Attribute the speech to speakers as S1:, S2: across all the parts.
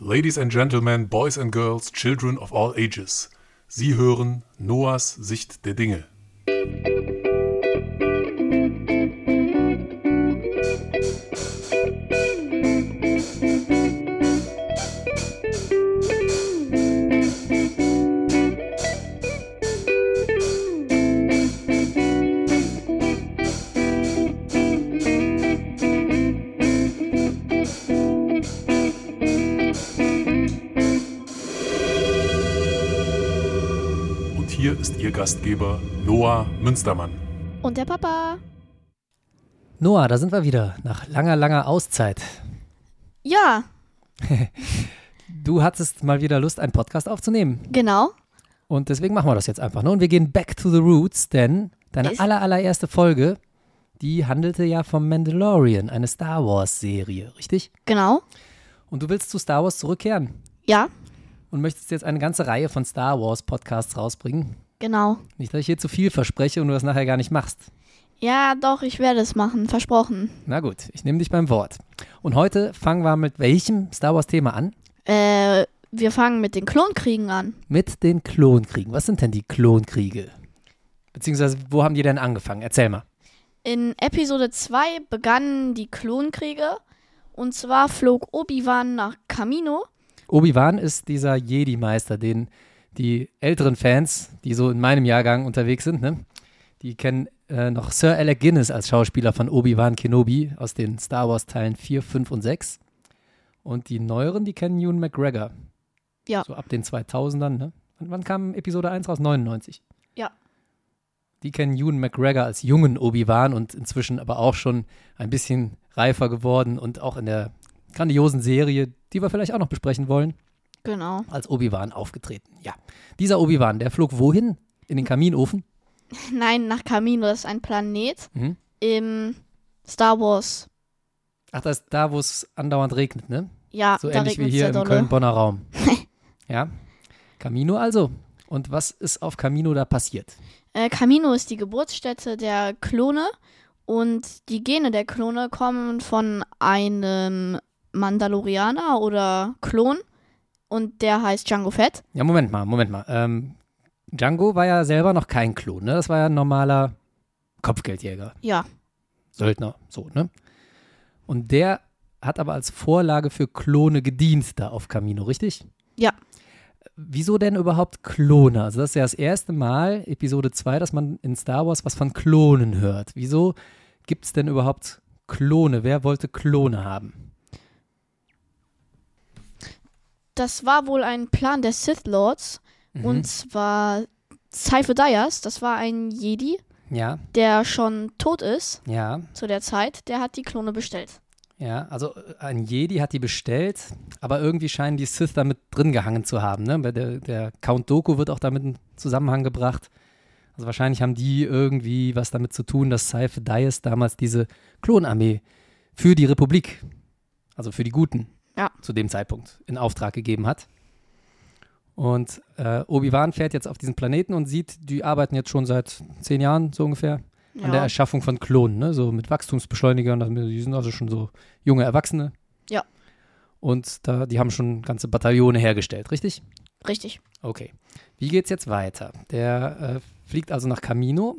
S1: Ladies and Gentlemen, Boys and Girls, Children of all ages. Sie hören Noahs Sicht der Dinge. Und hier ist Ihr Gastgeber Noah Münstermann.
S2: Und der Papa.
S3: Noah, da sind wir wieder, nach langer, langer Auszeit.
S2: Ja,
S3: Du hattest mal wieder Lust, einen Podcast aufzunehmen.
S2: genau.
S3: Und deswegen machen wir das jetzt einfach. Ne? Und wir gehen back to the roots, denn deine
S2: Ist-
S3: aller, allererste Folge, die handelte ja vom Mandalorian, eine Star Wars-Serie, richtig?
S2: Genau.
S3: Und du willst zu Star Wars zurückkehren
S2: Ja,
S3: und möchtest jetzt eine ganze Reihe von Star Wars-Podcasts rausbringen.
S2: genau.
S3: Nicht, dass ich hier zu viel verspreche und du das nachher gar nicht machst.
S2: Ja, doch, ich werde es machen, versprochen.
S3: Na gut, ich nehme dich beim Wort. Und heute fangen wir mit welchem Star Wars-Thema an?
S2: Äh, wir fangen mit den Klonkriegen an.
S3: Mit den Klonkriegen. Was sind denn die Klonkriege? Beziehungsweise, wo haben die denn angefangen? Erzähl mal.
S2: In Episode 2 begannen die Klonkriege. Und zwar flog Obi-Wan nach Kamino.
S3: Obi-Wan ist dieser Jedi-Meister, den die älteren Fans, die so in meinem Jahrgang unterwegs sind, ne? die kennen äh, noch Sir Alec Guinness als Schauspieler von Obi-Wan Kenobi aus den Star Wars-Teilen 4, 5 und 6. Und die neueren, die kennen Ewan McGregor.
S2: Ja.
S3: So ab den 2000ern. Ne? Und wann kam Episode 1 raus? 99.
S2: Ja.
S3: Die kennen Ewan McGregor als jungen Obi-Wan und inzwischen aber auch schon ein bisschen reifer geworden und auch in der grandiosen Serie, die wir vielleicht auch noch besprechen wollen,
S2: Genau.
S3: als Obi-Wan aufgetreten. Ja. Dieser Obi-Wan, der flog wohin? In den Kaminofen?
S2: Nein, nach Kamino, das ist ein Planet
S3: Mhm.
S2: im Star Wars.
S3: Ach, das ist da, wo es andauernd regnet, ne?
S2: Ja,
S3: So
S2: Ah, da
S3: ähnlich wie
S2: regnet es
S3: hier
S2: sehr
S3: im
S2: dolle.
S3: Köln-Bonner Raum. ja. Camino also. Und was ist auf Camino da passiert?
S2: Äh, Camino ist die Geburtsstätte der Klone und die Gene der Klone kommen von einem Mandalorianer oder Klon und der heißt Django Fett.
S3: Ja, Moment mal, Moment mal. Ähm, Django war ja selber noch kein Klon, ne? Das war ja ein normaler Kopfgeldjäger,
S2: Ja,
S3: Söldner, so, ne? Und der hat aber als Vorlage für Klone gedient da auf Camino, richtig?
S2: ja,
S3: Wieso denn überhaupt Klone? Also das ist ja das erste Mal, Episode 2, dass man in Star Wars was von Klonen hört. Wieso gibt es denn überhaupt Klone? Wer wollte Klone haben?
S2: das war wohl ein Plan der Sith Lords
S3: Mhm.
S2: und zwar Seife Dyas, das war ein Jedi,
S3: Ja,
S2: der schon tot ist
S3: ja,
S2: zu der Zeit, der hat die Klone bestellt.
S3: ja. Also äh, ein Jedi hat die bestellt, aber irgendwie scheinen die Sith damit drin gehangen zu haben. Ne? Bei Der, der Count Doku wird auch damit in Zusammenhang gebracht. Also wahrscheinlich haben die irgendwie was damit zu tun, dass Seife Dyas damals diese Klonarmee für die Republik, also für die Guten,
S2: Ja,
S3: zu dem Zeitpunkt in Auftrag gegeben hat. Und äh, Obi-Wan fährt jetzt auf diesen Planeten und sieht, die arbeiten jetzt schon seit zehn Jahren so ungefähr an der
S2: ja.
S3: Erschaffung von Klonen, ne? so mit Wachstumsbeschleunigern. also Die sind also schon so junge Erwachsene.
S2: Ja.
S3: Und da, die haben schon ganze Bataillone hergestellt, richtig?
S2: richtig.
S3: Okay. Wie geht's jetzt weiter? Der äh, fliegt also nach Camino.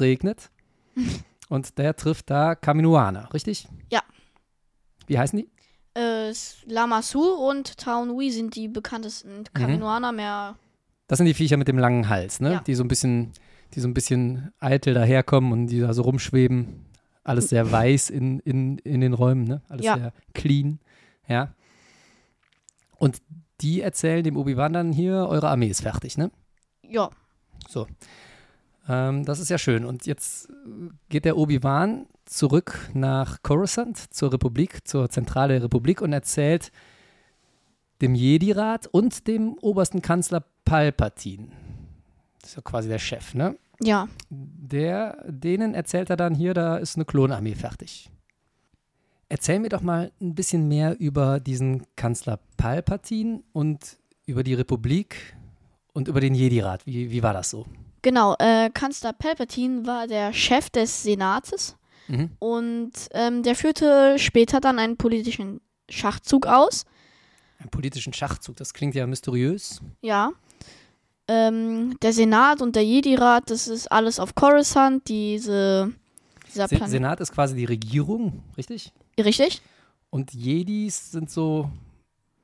S3: regnet. und der trifft da Caminoaner, richtig?
S2: Ja.
S3: Wie heißen die?
S2: Äh, Lamassu und Taunui sind die bekanntesten
S3: Mhm.
S2: Kaminoaner mehr.
S3: Das sind die Viecher mit dem langen Hals, ne?
S2: Ja.
S3: Die so ein bisschen, die so ein bisschen eitel daherkommen und die da so rumschweben. Alles sehr weiß in, in, in den Räumen, ne? Alles
S2: Ja.
S3: sehr clean. Ja. Und die erzählen dem Obi-Wan dann hier, eure Armee ist fertig, ne?
S2: Ja,
S3: So. Ähm, das ist ja schön. Und jetzt äh, geht der Obi-Wan zurück nach Coruscant, zur Republik, zur Zentrale der Republik und erzählt dem Jedi-Rat und dem obersten Kanzler Palpatine. Das ist ja quasi der Chef, ne?
S2: ja.
S3: Der, denen erzählt er dann hier, da ist eine Klonarmee fertig. Erzähl mir doch mal ein bisschen mehr über diesen Kanzler Palpatine und über die Republik und über den Jedi-Rat. Wie, wie war das so?
S2: Genau, äh, Kanzler Palpatine war der Chef des Senates
S3: Mhm.
S2: und ähm, der führte später dann einen politischen Schachzug aus.
S3: Einen politischen Schachzug, das klingt ja mysteriös.
S2: Ja. Ähm, der Senat und der Jedi-Rat, das ist alles auf Coruscant, diese, dieser
S3: Se
S2: Planet.
S3: Senat ist quasi die Regierung, richtig?
S2: Richtig?
S3: Und Jedis sind so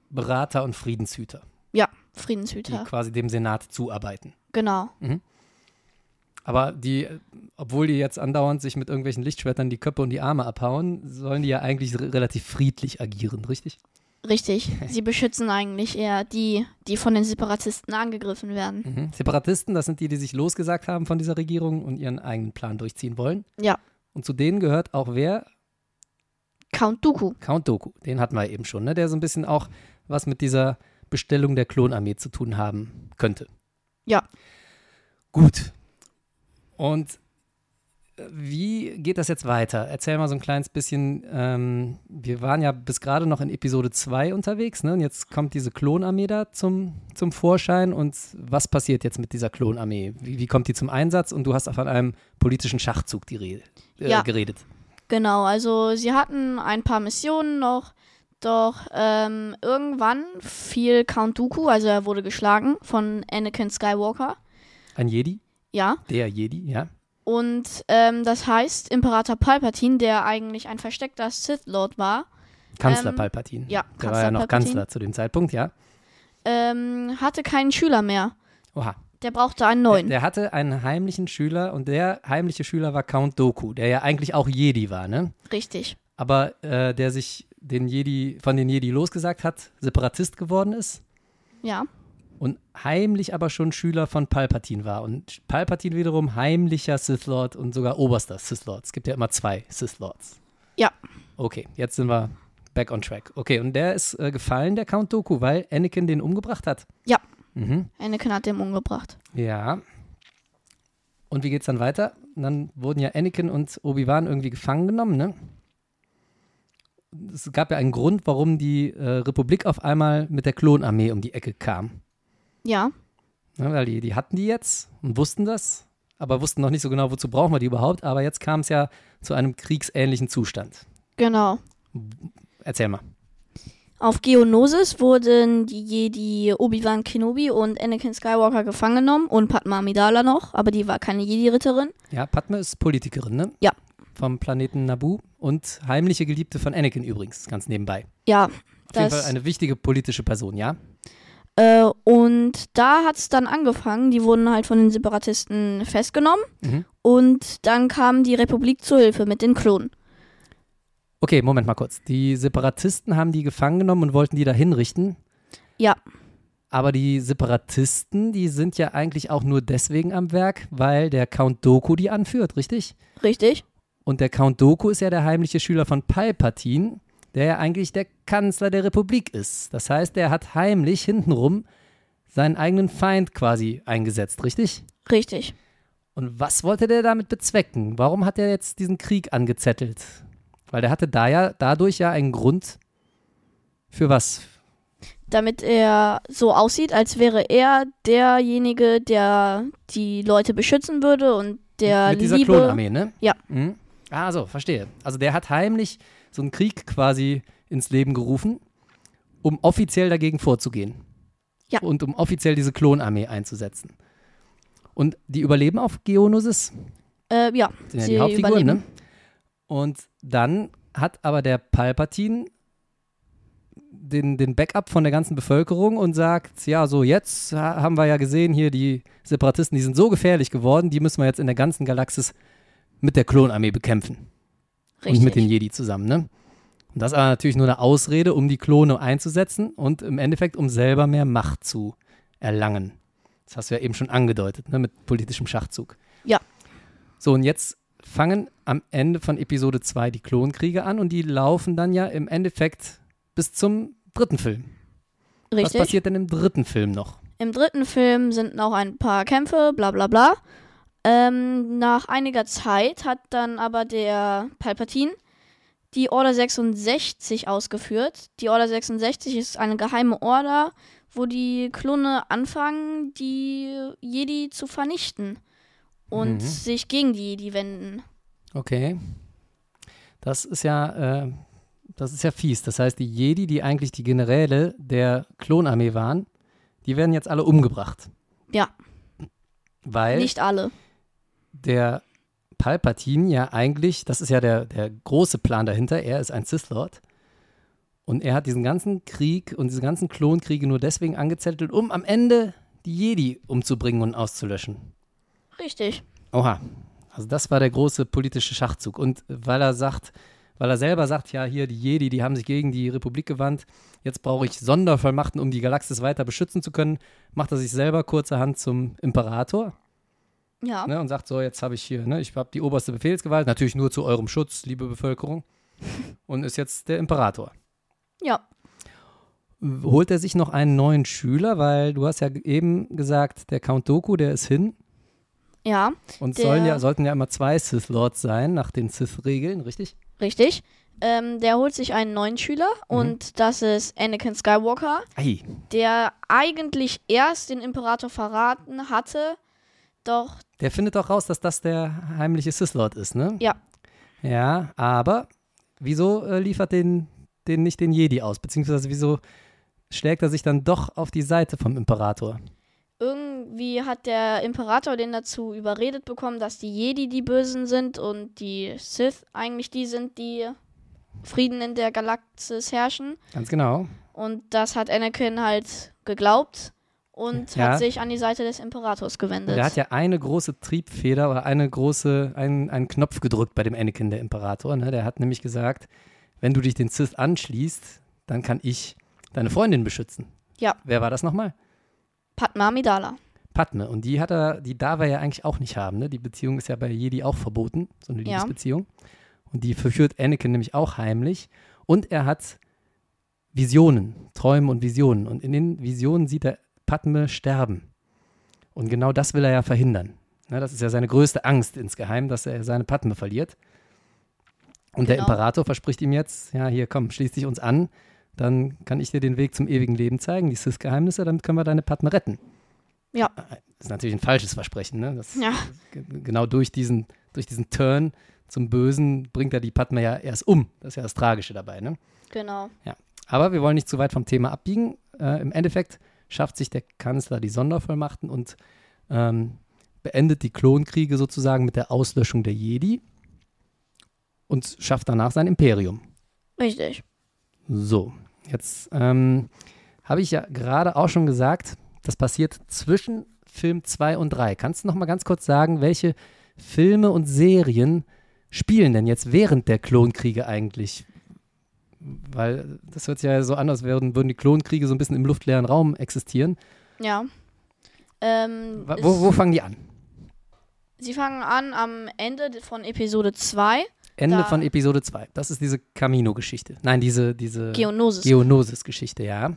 S3: Berater und Friedenshüter,
S2: Ja,
S3: die
S2: Friedenshüter.
S3: quasi dem Senat zuarbeiten.
S2: Genau.
S3: Aber die, äh, obwohl die jetzt andauernd sich mit irgendwelchen Lichtschwertern die Köpfe und die Arme abhauen, sollen die ja eigentlich re- relativ friedlich agieren, richtig?
S2: Richtig. Sie beschützen eigentlich eher die, die von den Separatisten angegriffen werden.
S3: Separatisten, das sind die, die sich losgesagt haben von dieser Regierung und ihren eigenen Plan durchziehen wollen.
S2: Ja.
S3: Und zu denen gehört auch wer?
S2: Count Dooku.
S3: Count Doku. Den hatten wir eben schon, ne? der so ein bisschen auch was mit dieser Bestellung der Klonarmee zu tun haben könnte.
S2: Ja.
S3: Gut. Und äh, wie geht das jetzt weiter? Erzähl mal so ein kleines bisschen. Ähm, wir waren ja bis gerade noch in Episode 2 unterwegs, ne? Und jetzt kommt diese Klonarmee da zum, zum Vorschein. Und was passiert jetzt mit dieser Klonarmee? Wie, wie kommt die zum Einsatz? Und du hast auch von einem politischen Schachzug die Rede, äh,
S2: Ja.
S3: geredet.
S2: Genau, also sie hatten ein paar Missionen noch, doch ähm, irgendwann fiel Count Dooku, also er wurde geschlagen von Anakin Skywalker.
S3: Ein Jedi,
S2: Ja.
S3: der Jedi, ja.
S2: Und ähm, das heißt, Imperator Palpatine, der eigentlich ein versteckter Sith Lord war,
S3: Kanzler
S2: Ähm,
S3: Palpatine.
S2: ja,
S3: der
S2: Kanzler
S3: war ja noch
S2: Palpatine.
S3: Kanzler zu dem Zeitpunkt, ja.
S2: ähm, hatte keinen Schüler mehr.
S3: Oha.
S2: Der brauchte einen
S3: Der,
S2: neuen.
S3: der hatte einen heimlichen Schüler und der heimliche Schüler war Count Doku, der ja eigentlich auch Jedi war, ne?
S2: Richtig.
S3: Aber äh, der sich den Jedi, von den Jedi losgesagt hat, Separatist geworden ist
S2: Ja.
S3: und heimlich aber schon Schüler von Palpatine war. Und Palpatine wiederum heimlicher Sith Lord und sogar oberster Sith Lord. Es gibt ja immer zwei Sith Lords.
S2: Ja.
S3: Okay, jetzt sind wir back on track. Okay, und der ist äh, gefallen, der Count Doku, weil Anakin den umgebracht hat.
S2: Ja.
S3: Mhm.
S2: Anakin hat den umgebracht.
S3: Ja. Und wie geht's dann weiter? Und dann wurden ja Anakin und Obi-Wan irgendwie gefangen genommen, ne? Es gab ja einen Grund, warum die äh, Republik auf einmal mit der Klonarmee um die Ecke kam.
S2: Ja.
S3: Ne? Weil die, die hatten die jetzt und wussten das, aber wussten noch nicht so genau, wozu brauchen wir die überhaupt. Aber jetzt kam es ja zu einem kriegsähnlichen Zustand.
S2: Genau.
S3: Erzähl mal.
S2: Auf Geonosis wurden die Jedi Obi-Wan Kenobi und Anakin Skywalker gefangen genommen und Padma Amidala noch, aber die war keine Jedi-Ritterin.
S3: Ja, Padme ist Politikerin, ne?
S2: Ja.
S3: Vom Planeten Naboo und heimliche Geliebte von Anakin übrigens, ganz nebenbei.
S2: Ja,
S3: Auf jeden Fall
S2: das.
S3: eine wichtige politische Person, ja?
S2: Äh, und da hat es dann angefangen. Die wurden halt von den Separatisten festgenommen.
S3: Mhm.
S2: Und dann kam die Republik zur Hilfe mit den Klonen.
S3: Okay, Moment mal kurz. Die Separatisten haben die gefangen genommen und wollten die da hinrichten.
S2: Ja,
S3: Aber die Separatisten, die sind ja eigentlich auch nur deswegen am Werk, weil der Count Doku die anführt, richtig?
S2: richtig?
S3: Und der Count Doku ist ja der heimliche Schüler von Palpatine, der ja eigentlich der Kanzler der Republik ist. Das heißt, der hat heimlich hintenrum seinen eigenen Feind quasi eingesetzt, richtig?
S2: Richtig.
S3: Und was wollte der damit bezwecken? Warum hat er jetzt diesen Krieg angezettelt? Weil der hatte da ja dadurch ja einen Grund für was?
S2: Damit er so aussieht, als wäre er derjenige, der die Leute beschützen würde und der
S3: Mit dieser
S2: Liebe.
S3: Klonarmee, ne?
S2: Ja.
S3: Mhm. Ah, so, verstehe. Also der hat heimlich so einen Krieg quasi ins Leben gerufen, um offiziell dagegen vorzugehen.
S2: Ja.
S3: Und um offiziell diese Klonarmee einzusetzen. Und die überleben auf Geonosis?
S2: Äh, ja,
S3: sind ja
S2: sie
S3: die Hauptfiguren,
S2: überleben.
S3: ne? Und dann hat aber der Palpatine den, den Backup von der ganzen Bevölkerung und sagt, ja, so jetzt ha- haben wir ja gesehen hier, die Separatisten, die sind so gefährlich geworden, die müssen wir jetzt in der ganzen Galaxis mit der Klonarmee bekämpfen.
S2: Richtig.
S3: Und mit den Jedi zusammen, ne? Und das war natürlich nur eine Ausrede, um die Klone einzusetzen und im Endeffekt, um selber mehr Macht zu erlangen. Das hast du ja eben schon angedeutet, ne? Mit politischem Schachzug.
S2: Ja.
S3: So, und jetzt fangen am Ende von Episode 2 die Klonkriege an und die laufen dann ja im Endeffekt bis zum dritten Film. Was
S2: richtig.
S3: passiert denn im dritten Film noch?
S2: Im dritten Film sind noch ein paar Kämpfe, bla bla bla. Ähm, nach einiger Zeit hat dann aber der Palpatine die Order 66 ausgeführt. Die Order 66 ist eine geheime Order, wo die Klone anfangen, die Jedi zu vernichten und
S3: Mhm.
S2: sich gegen die Jedi wenden.
S3: Okay. Das ist ja äh, Das ist ja fies. Das heißt, die Jedi, die eigentlich die Generäle der Klonarmee waren, die werden jetzt alle umgebracht.
S2: Ja.
S3: Weil
S2: Nicht alle.
S3: der Palpatine ja eigentlich, das ist ja der, der große Plan dahinter, er ist ein Sith-Lord. Und er hat diesen ganzen Krieg und diese ganzen Klonkriege nur deswegen angezettelt, um am Ende die Jedi umzubringen und auszulöschen.
S2: Richtig.
S3: Oha. Also das war der große politische Schachzug. Und weil er sagt, weil er selber sagt, ja, hier die Jedi, die haben sich gegen die Republik gewandt, jetzt brauche ich Sondervollmachten, um die Galaxis weiter beschützen zu können, macht er sich selber kurzerhand zum Imperator
S2: Ja.
S3: ne, und sagt so, jetzt habe ich hier, ne, ich habe die oberste Befehlsgewalt, natürlich nur zu eurem Schutz, liebe Bevölkerung, und ist jetzt der Imperator.
S2: Ja.
S3: Holt er sich noch einen neuen Schüler, weil du hast ja eben gesagt, der Count Doku, der ist hin
S2: Ja.
S3: und
S2: Der-
S3: sollen ja, sollten ja immer zwei Sith Lords sein, nach den Sith-Regeln, richtig?
S2: Richtig. Ähm, der holt sich einen neuen Schüler
S3: Mhm.
S2: und das ist Anakin Skywalker,
S3: Ei.
S2: der eigentlich erst den Imperator verraten hatte, doch
S3: Der findet doch raus, dass das der heimliche Sith-Lord ist, ne?
S2: ja,
S3: Ja, aber wieso äh, liefert den, den nicht den Jedi aus? Beziehungsweise wieso schlägt er sich dann doch auf die Seite vom Imperator?
S2: irgendwie hat der Imperator den dazu überredet bekommen, dass die Jedi die Bösen sind und die Sith eigentlich die sind, die Frieden in der Galaxis herrschen.
S3: Ganz genau.
S2: Und das hat Anakin halt geglaubt und
S3: Ja.
S2: hat sich an die Seite des Imperators gewendet.
S3: Der hat ja eine große Triebfeder oder eine große, einen, einen Knopf gedrückt bei dem Anakin, der Imperator. Ne? Der hat nämlich gesagt, wenn du dich den Sith anschließt, dann kann ich deine Freundin beschützen.
S2: Ja.
S3: Wer war das nochmal?
S2: Padma Amidala.
S3: Padme. ne? Und die hat er, die darf er ja eigentlich auch nicht haben. Ne? Die Beziehung ist ja bei Jedi auch verboten, so eine
S2: Ja.
S3: Liebesbeziehung. Und die verführt Anakin nämlich auch heimlich. Und er hat Visionen, Träume und Visionen. Und in den Visionen sieht er Padme sterben. Und genau das will er ja verhindern. Ne? Das ist ja seine größte Angst insgeheim, dass er seine Padme verliert. Und der
S2: Genau.
S3: Imperator verspricht ihm jetzt, ja, hier komm, schließ dich uns an, dann kann ich dir den Weg zum ewigen Leben zeigen, die Sith-Geheimnisse, damit können wir deine Padme retten.
S2: Ja.
S3: Das ist natürlich ein falsches Versprechen, ne? Das,
S2: Ja.
S3: g- Genau durch diesen, durch diesen Turn zum Bösen bringt er die Padme ja erst um. Das ist ja das Tragische dabei, ne?
S2: Genau.
S3: Aber wir wollen nicht zu weit vom Thema abbiegen. Äh, Im Endeffekt schafft sich der Kanzler die Sondervollmachten und ähm, beendet die Klonkriege sozusagen mit der Auslöschung der Jedi und schafft danach sein Imperium.
S2: Richtig.
S3: So, jetzt ähm, habe ich ja gerade auch schon gesagt, das passiert zwischen Film 2 und 3. Kannst du noch mal ganz kurz sagen, welche Filme und Serien spielen denn jetzt während der Klonkriege eigentlich? Weil das hört sich ja so an, als würden, würden die Klonkriege so ein bisschen im luftleeren Raum existieren.
S2: Ja. Ähm,
S3: Wa-
S2: es-
S3: Wo, wo fangen die an?
S2: Sie fangen an am Ende von Episode 2,
S3: Ende
S2: Da-
S3: von Episode 2. Das ist diese Camino-Geschichte. Nein, diese, diese
S2: Geonosis.
S3: Geonosis-Geschichte, ja.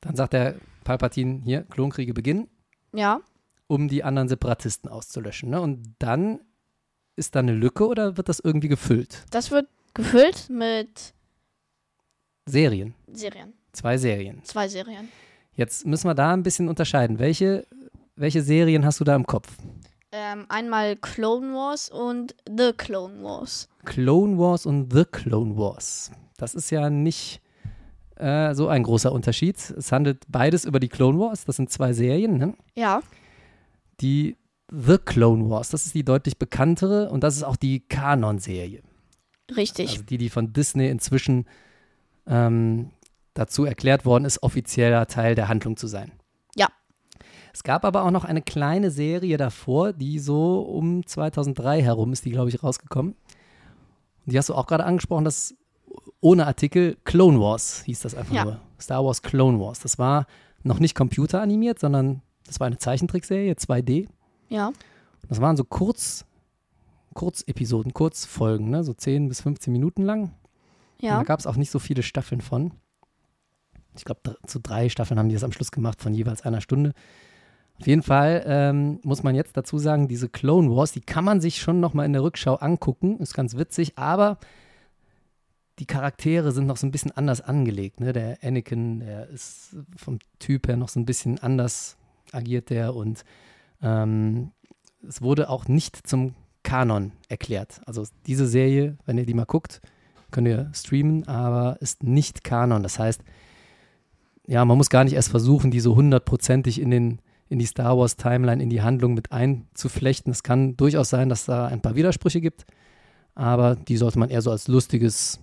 S3: Dann sagt der Palpatine hier, Klonkriege beginnen.
S2: ja.
S3: um die anderen Separatisten auszulöschen. Ne? Und dann ist da eine Lücke oder wird das irgendwie gefüllt?
S2: Das wird gefüllt mit
S3: Serien.
S2: Serien.
S3: Zwei Serien.
S2: Zwei Serien.
S3: Jetzt müssen wir da ein bisschen unterscheiden. Welche, welche Serien hast du da im Kopf?
S2: Ähm, einmal Clone Wars und The Clone Wars.
S3: Clone Wars und The Clone Wars. Das ist ja nicht äh, so ein großer Unterschied. Es handelt beides über die Clone Wars. Das sind zwei Serien. Ne?
S2: Ja.
S3: Die The Clone Wars, das ist die deutlich bekanntere und das ist auch die Kanon-Serie.
S2: Richtig.
S3: Also die, die von Disney inzwischen ähm, dazu erklärt worden ist, offizieller Teil der Handlung zu sein.
S2: Ja.
S3: Es gab aber auch noch eine kleine Serie davor, die so um 2003 herum ist die, glaube ich, rausgekommen. Und die hast du auch gerade angesprochen, das ohne Artikel Clone Wars hieß das einfach
S2: Ja.
S3: nur. Star Wars Clone Wars. Das war noch nicht computeranimiert, sondern das war eine Zeichentrickserie, 2D.
S2: ja.
S3: Das waren so kurz, Kurzepisoden, Kurzfolgen, ne? so 10 bis 15 Minuten lang. Und
S2: Ja.
S3: Da gab es auch nicht so viele Staffeln von. Ich glaube, zu drei Staffeln haben die das am Schluss gemacht, von jeweils einer Stunde. Auf jeden Fall ähm, muss man jetzt dazu sagen, diese Clone Wars, die kann man sich schon nochmal in der Rückschau angucken. Ist ganz witzig, aber die Charaktere sind noch so ein bisschen anders angelegt. Ne? Der Anakin, der ist vom Typ her noch so ein bisschen anders agiert der und ähm, es wurde auch nicht zum Kanon erklärt. Also diese Serie, wenn ihr die mal guckt, könnt ihr streamen, aber ist nicht Kanon. Das heißt, ja, man muss gar nicht erst versuchen, die so hundertprozentig in, den, in die Star Wars Timeline, in die Handlung mit einzuflechten. Es kann durchaus sein, dass da ein paar Widersprüche gibt, aber die sollte man eher so als lustiges,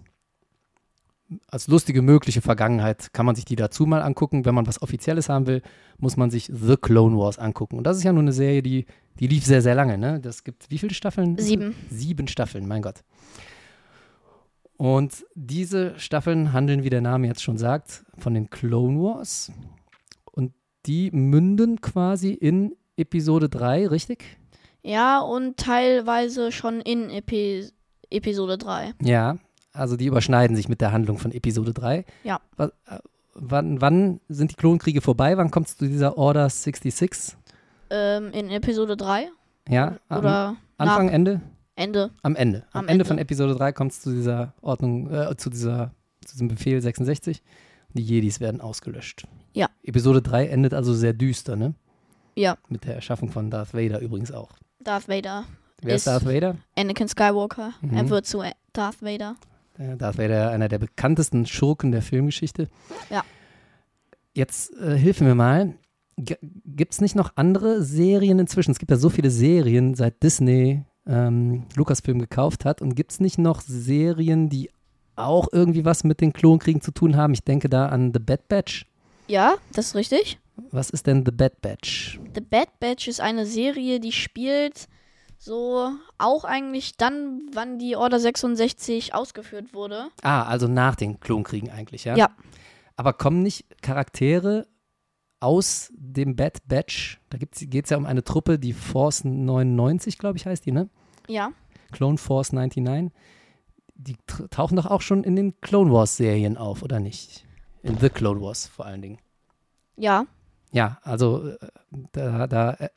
S3: als lustige mögliche Vergangenheit, kann man sich die dazu mal angucken. Wenn man was Offizielles haben will, muss man sich The Clone Wars angucken. Und das ist ja nur eine Serie, die, die lief sehr, sehr lange. Ne? Das gibt wie viele Staffeln?
S2: Sieben.
S3: Sieben Staffeln, mein Gott. Und diese Staffeln handeln, wie der Name jetzt schon sagt, von den Clone Wars. Und die münden quasi in Episode 3, richtig?
S2: Ja, und teilweise schon in Epi Episode 3.
S3: Ja, also die überschneiden sich mit der Handlung von Episode 3.
S2: Ja.
S3: Was, äh, wann, wann sind die Klonkriege vorbei? Wann kommt es zu dieser Order 66?
S2: Ähm, in Episode 3
S3: Ja, am
S2: oder
S3: Anfang,
S2: nach
S3: Ende?
S2: Ende.
S3: Am Ende. Am,
S2: Am
S3: Ende
S2: Ende.
S3: von Episode 3 kommt es zu dieser Ordnung, äh, zu, dieser, zu diesem Befehl 66. Die Jedis werden ausgelöscht.
S2: Ja.
S3: Episode 3 endet also sehr düster, ne?
S2: Ja,
S3: Mit der Erschaffung von Darth Vader übrigens auch.
S2: Darth Vader.
S3: Wer ist,
S2: Ist-
S3: Darth Vader?
S2: Anakin Skywalker.
S3: Mhm.
S2: Er wird zu Darth Vader.
S3: Äh, Darth Vader, einer der bekanntesten Schurken der Filmgeschichte.
S2: Ja.
S3: Jetzt äh, hilf mir mal. Gibt es nicht noch andere Serien inzwischen? Es gibt ja so viele Serien, seit Disney ähm, Lucasfilm gekauft hat. Und gibt es nicht noch Serien, die auch irgendwie was mit den Klonkriegen zu tun haben? Ich denke da an The Bad Batch.
S2: Ja, das ist richtig.
S3: Was ist denn The Bad Batch?
S2: The Bad Batch ist eine Serie, die spielt so auch eigentlich dann, wann die Order 66 ausgeführt wurde.
S3: Ah, also nach den Klonkriegen eigentlich, ja?
S2: Ja.
S3: Aber kommen nicht Charaktere aus dem Bad Batch? Da geht es ja um eine Truppe, die Force 99, glaube ich, heißt die, ne?
S2: Ja,
S3: Clone Force 99. Die tr- tauchen doch auch schon in den Clone Wars-Serien auf, oder nicht? In The Clone Wars vor allen Dingen.
S2: ja,
S3: Ja, also äh, da, da, äh,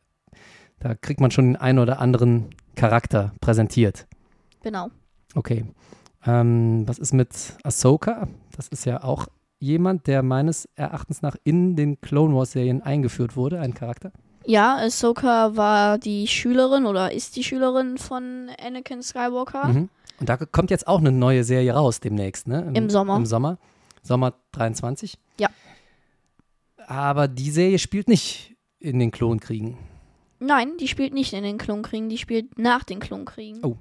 S3: da kriegt man schon den einen oder anderen Charakter präsentiert.
S2: genau.
S3: Okay. Ähm, was ist mit Ahsoka? Das ist ja auch jemand, der meines Erachtens nach in den Clone Wars-Serien eingeführt wurde, ein Charakter.
S2: Ja, Ahsoka war die Schülerin oder ist die Schülerin von Anakin Skywalker.
S3: Mhm. Und da kommt jetzt auch eine neue Serie raus demnächst, ne?
S2: Im Sommer.
S3: Im Sommer. Sommer 23.
S2: Ja.
S3: Aber die Serie spielt nicht in den Klonkriegen.
S2: Nein, die spielt nicht in den Klonkriegen, die spielt nach den Klonkriegen.
S3: Oh.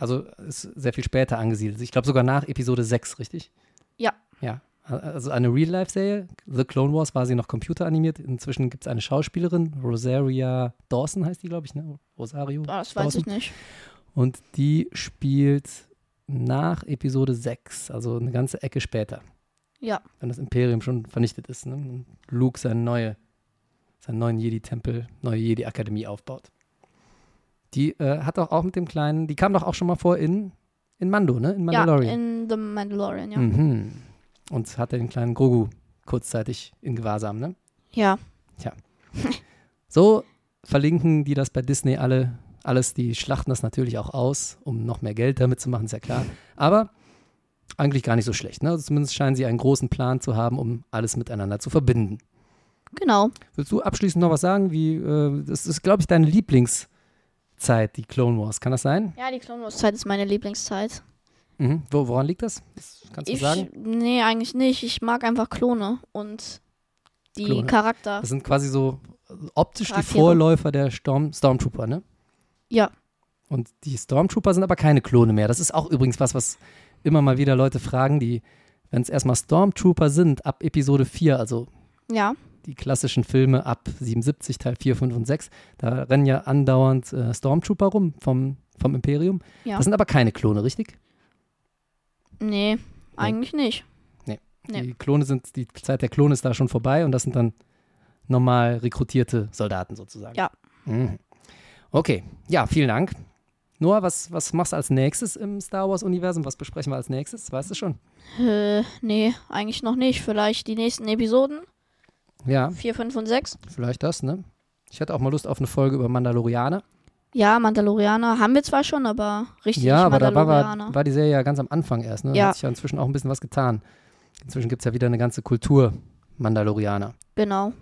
S3: Also ist sehr viel später angesiedelt. Ich glaube sogar nach Episode 6, richtig?
S2: Ja.
S3: Ja. Also eine Real-Life-Serie. The Clone Wars war sie noch computeranimiert. Inzwischen gibt es eine Schauspielerin, Rosaria Dawson heißt die, glaube ich, ne? Rosario.
S2: Ah, Das weiß
S3: Dawson.
S2: ich nicht.
S3: Und die spielt nach Episode 6, also eine ganze Ecke später.
S2: Ja.
S3: Wenn das Imperium schon vernichtet ist. Ne? Und Luke seine neue, seinen neuen Jedi-Tempel, neue Jedi-Akademie aufbaut. Die äh, hat doch auch mit dem kleinen, die kam doch auch schon mal vor in, in Mando, ne? In
S2: Ja,
S3: Mandalorian.
S2: in The Mandalorian, ja.
S3: mhm. Und hatte den kleinen Grogu kurzzeitig in Gewahrsam, ne?
S2: Ja,
S3: So verlinken die das bei Disney alle, alles. Die schlachten das natürlich auch aus, um noch mehr Geld damit zu machen, ist ja klar. Aber eigentlich gar nicht so schlecht. Ne? Also zumindest scheinen sie einen großen Plan zu haben, um alles miteinander zu verbinden.
S2: genau.
S3: Willst du abschließend noch was sagen? Wie, äh, das ist, glaube ich, deine Lieblingszeit, die Clone Wars. Kann das sein?
S2: Ja, die Clone Wars Zeit ist meine Lieblingszeit.
S3: Mhm. Wo, woran liegt das? das kannst du
S2: Ich,
S3: sagen?
S2: nee, eigentlich nicht. Ich mag einfach Klone und die
S3: Klone.
S2: Charakter.
S3: Das sind quasi so äh, optisch die
S2: Charaktere.
S3: Vorläufer der Storm Stormtrooper, ne?
S2: Ja.
S3: Und die Stormtrooper sind aber keine Klone mehr. Das ist auch übrigens was, was immer mal wieder Leute fragen, die, wenn es erstmal Stormtrooper sind, ab Episode 4, also
S2: Ja,
S3: die klassischen Filme ab 77, Teil 4, 5 und 6, da rennen ja andauernd äh, Stormtrooper rum vom, vom Imperium.
S2: Ja.
S3: Das sind aber keine Klone, richtig?
S2: nee, eigentlich nicht. Nee.
S3: Die Klone sind, die Zeit der Klone ist da schon vorbei und das sind dann normal rekrutierte Soldaten sozusagen.
S2: Ja.
S3: Mhm. Okay, ja, vielen Dank. Noah, was, was machst du als nächstes im Star Wars-Universum? Was besprechen wir als nächstes? Weißt du schon?
S2: Äh, nee, eigentlich noch nicht. Vielleicht die nächsten Episoden,
S3: Ja,
S2: 4, 5 und 6.
S3: vielleicht das, ne? Ich hätte auch mal Lust auf eine Folge über Mandalorianer.
S2: Ja, Mandalorianer haben wir zwar schon, aber richtig
S3: ja, aber da war,
S2: Mandalorianer.
S3: war, war die Serie ja ganz am Anfang erst, ne? Da
S2: Ja.
S3: Hat sich ja inzwischen auch ein bisschen was getan. Inzwischen gibt es ja wieder eine ganze Kultur Mandalorianer.
S2: genau.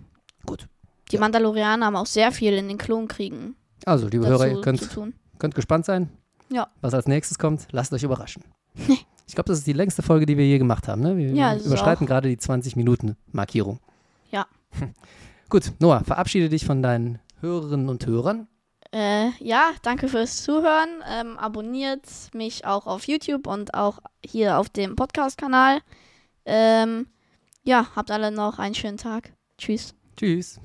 S3: Gut.
S2: Die Mandalorianer haben auch sehr viel in den Klonkriegen
S3: Also, liebe Hörer, ihr
S2: dazu
S3: könnt
S2: zu tun.
S3: Könnt gespannt sein.
S2: Ja.
S3: Was als nächstes kommt, lasst euch überraschen. ich Ich glaube, das ist die längste Folge, die wir je gemacht haben. Ne? Wir
S2: Ja, das ist
S3: überschreiten gerade die 20-Minuten-Markierung.
S2: Ja.
S3: Gut, Noah, verabschiede dich von deinen Hörerinnen und Hörern.
S2: Äh, ja, danke fürs Zuhören. Ähm, abonniert mich auch auf YouTube und auch hier auf dem Podcast-Kanal. Ähm, ja, habt alle noch einen schönen Tag. Tschüss.
S3: Tschüss.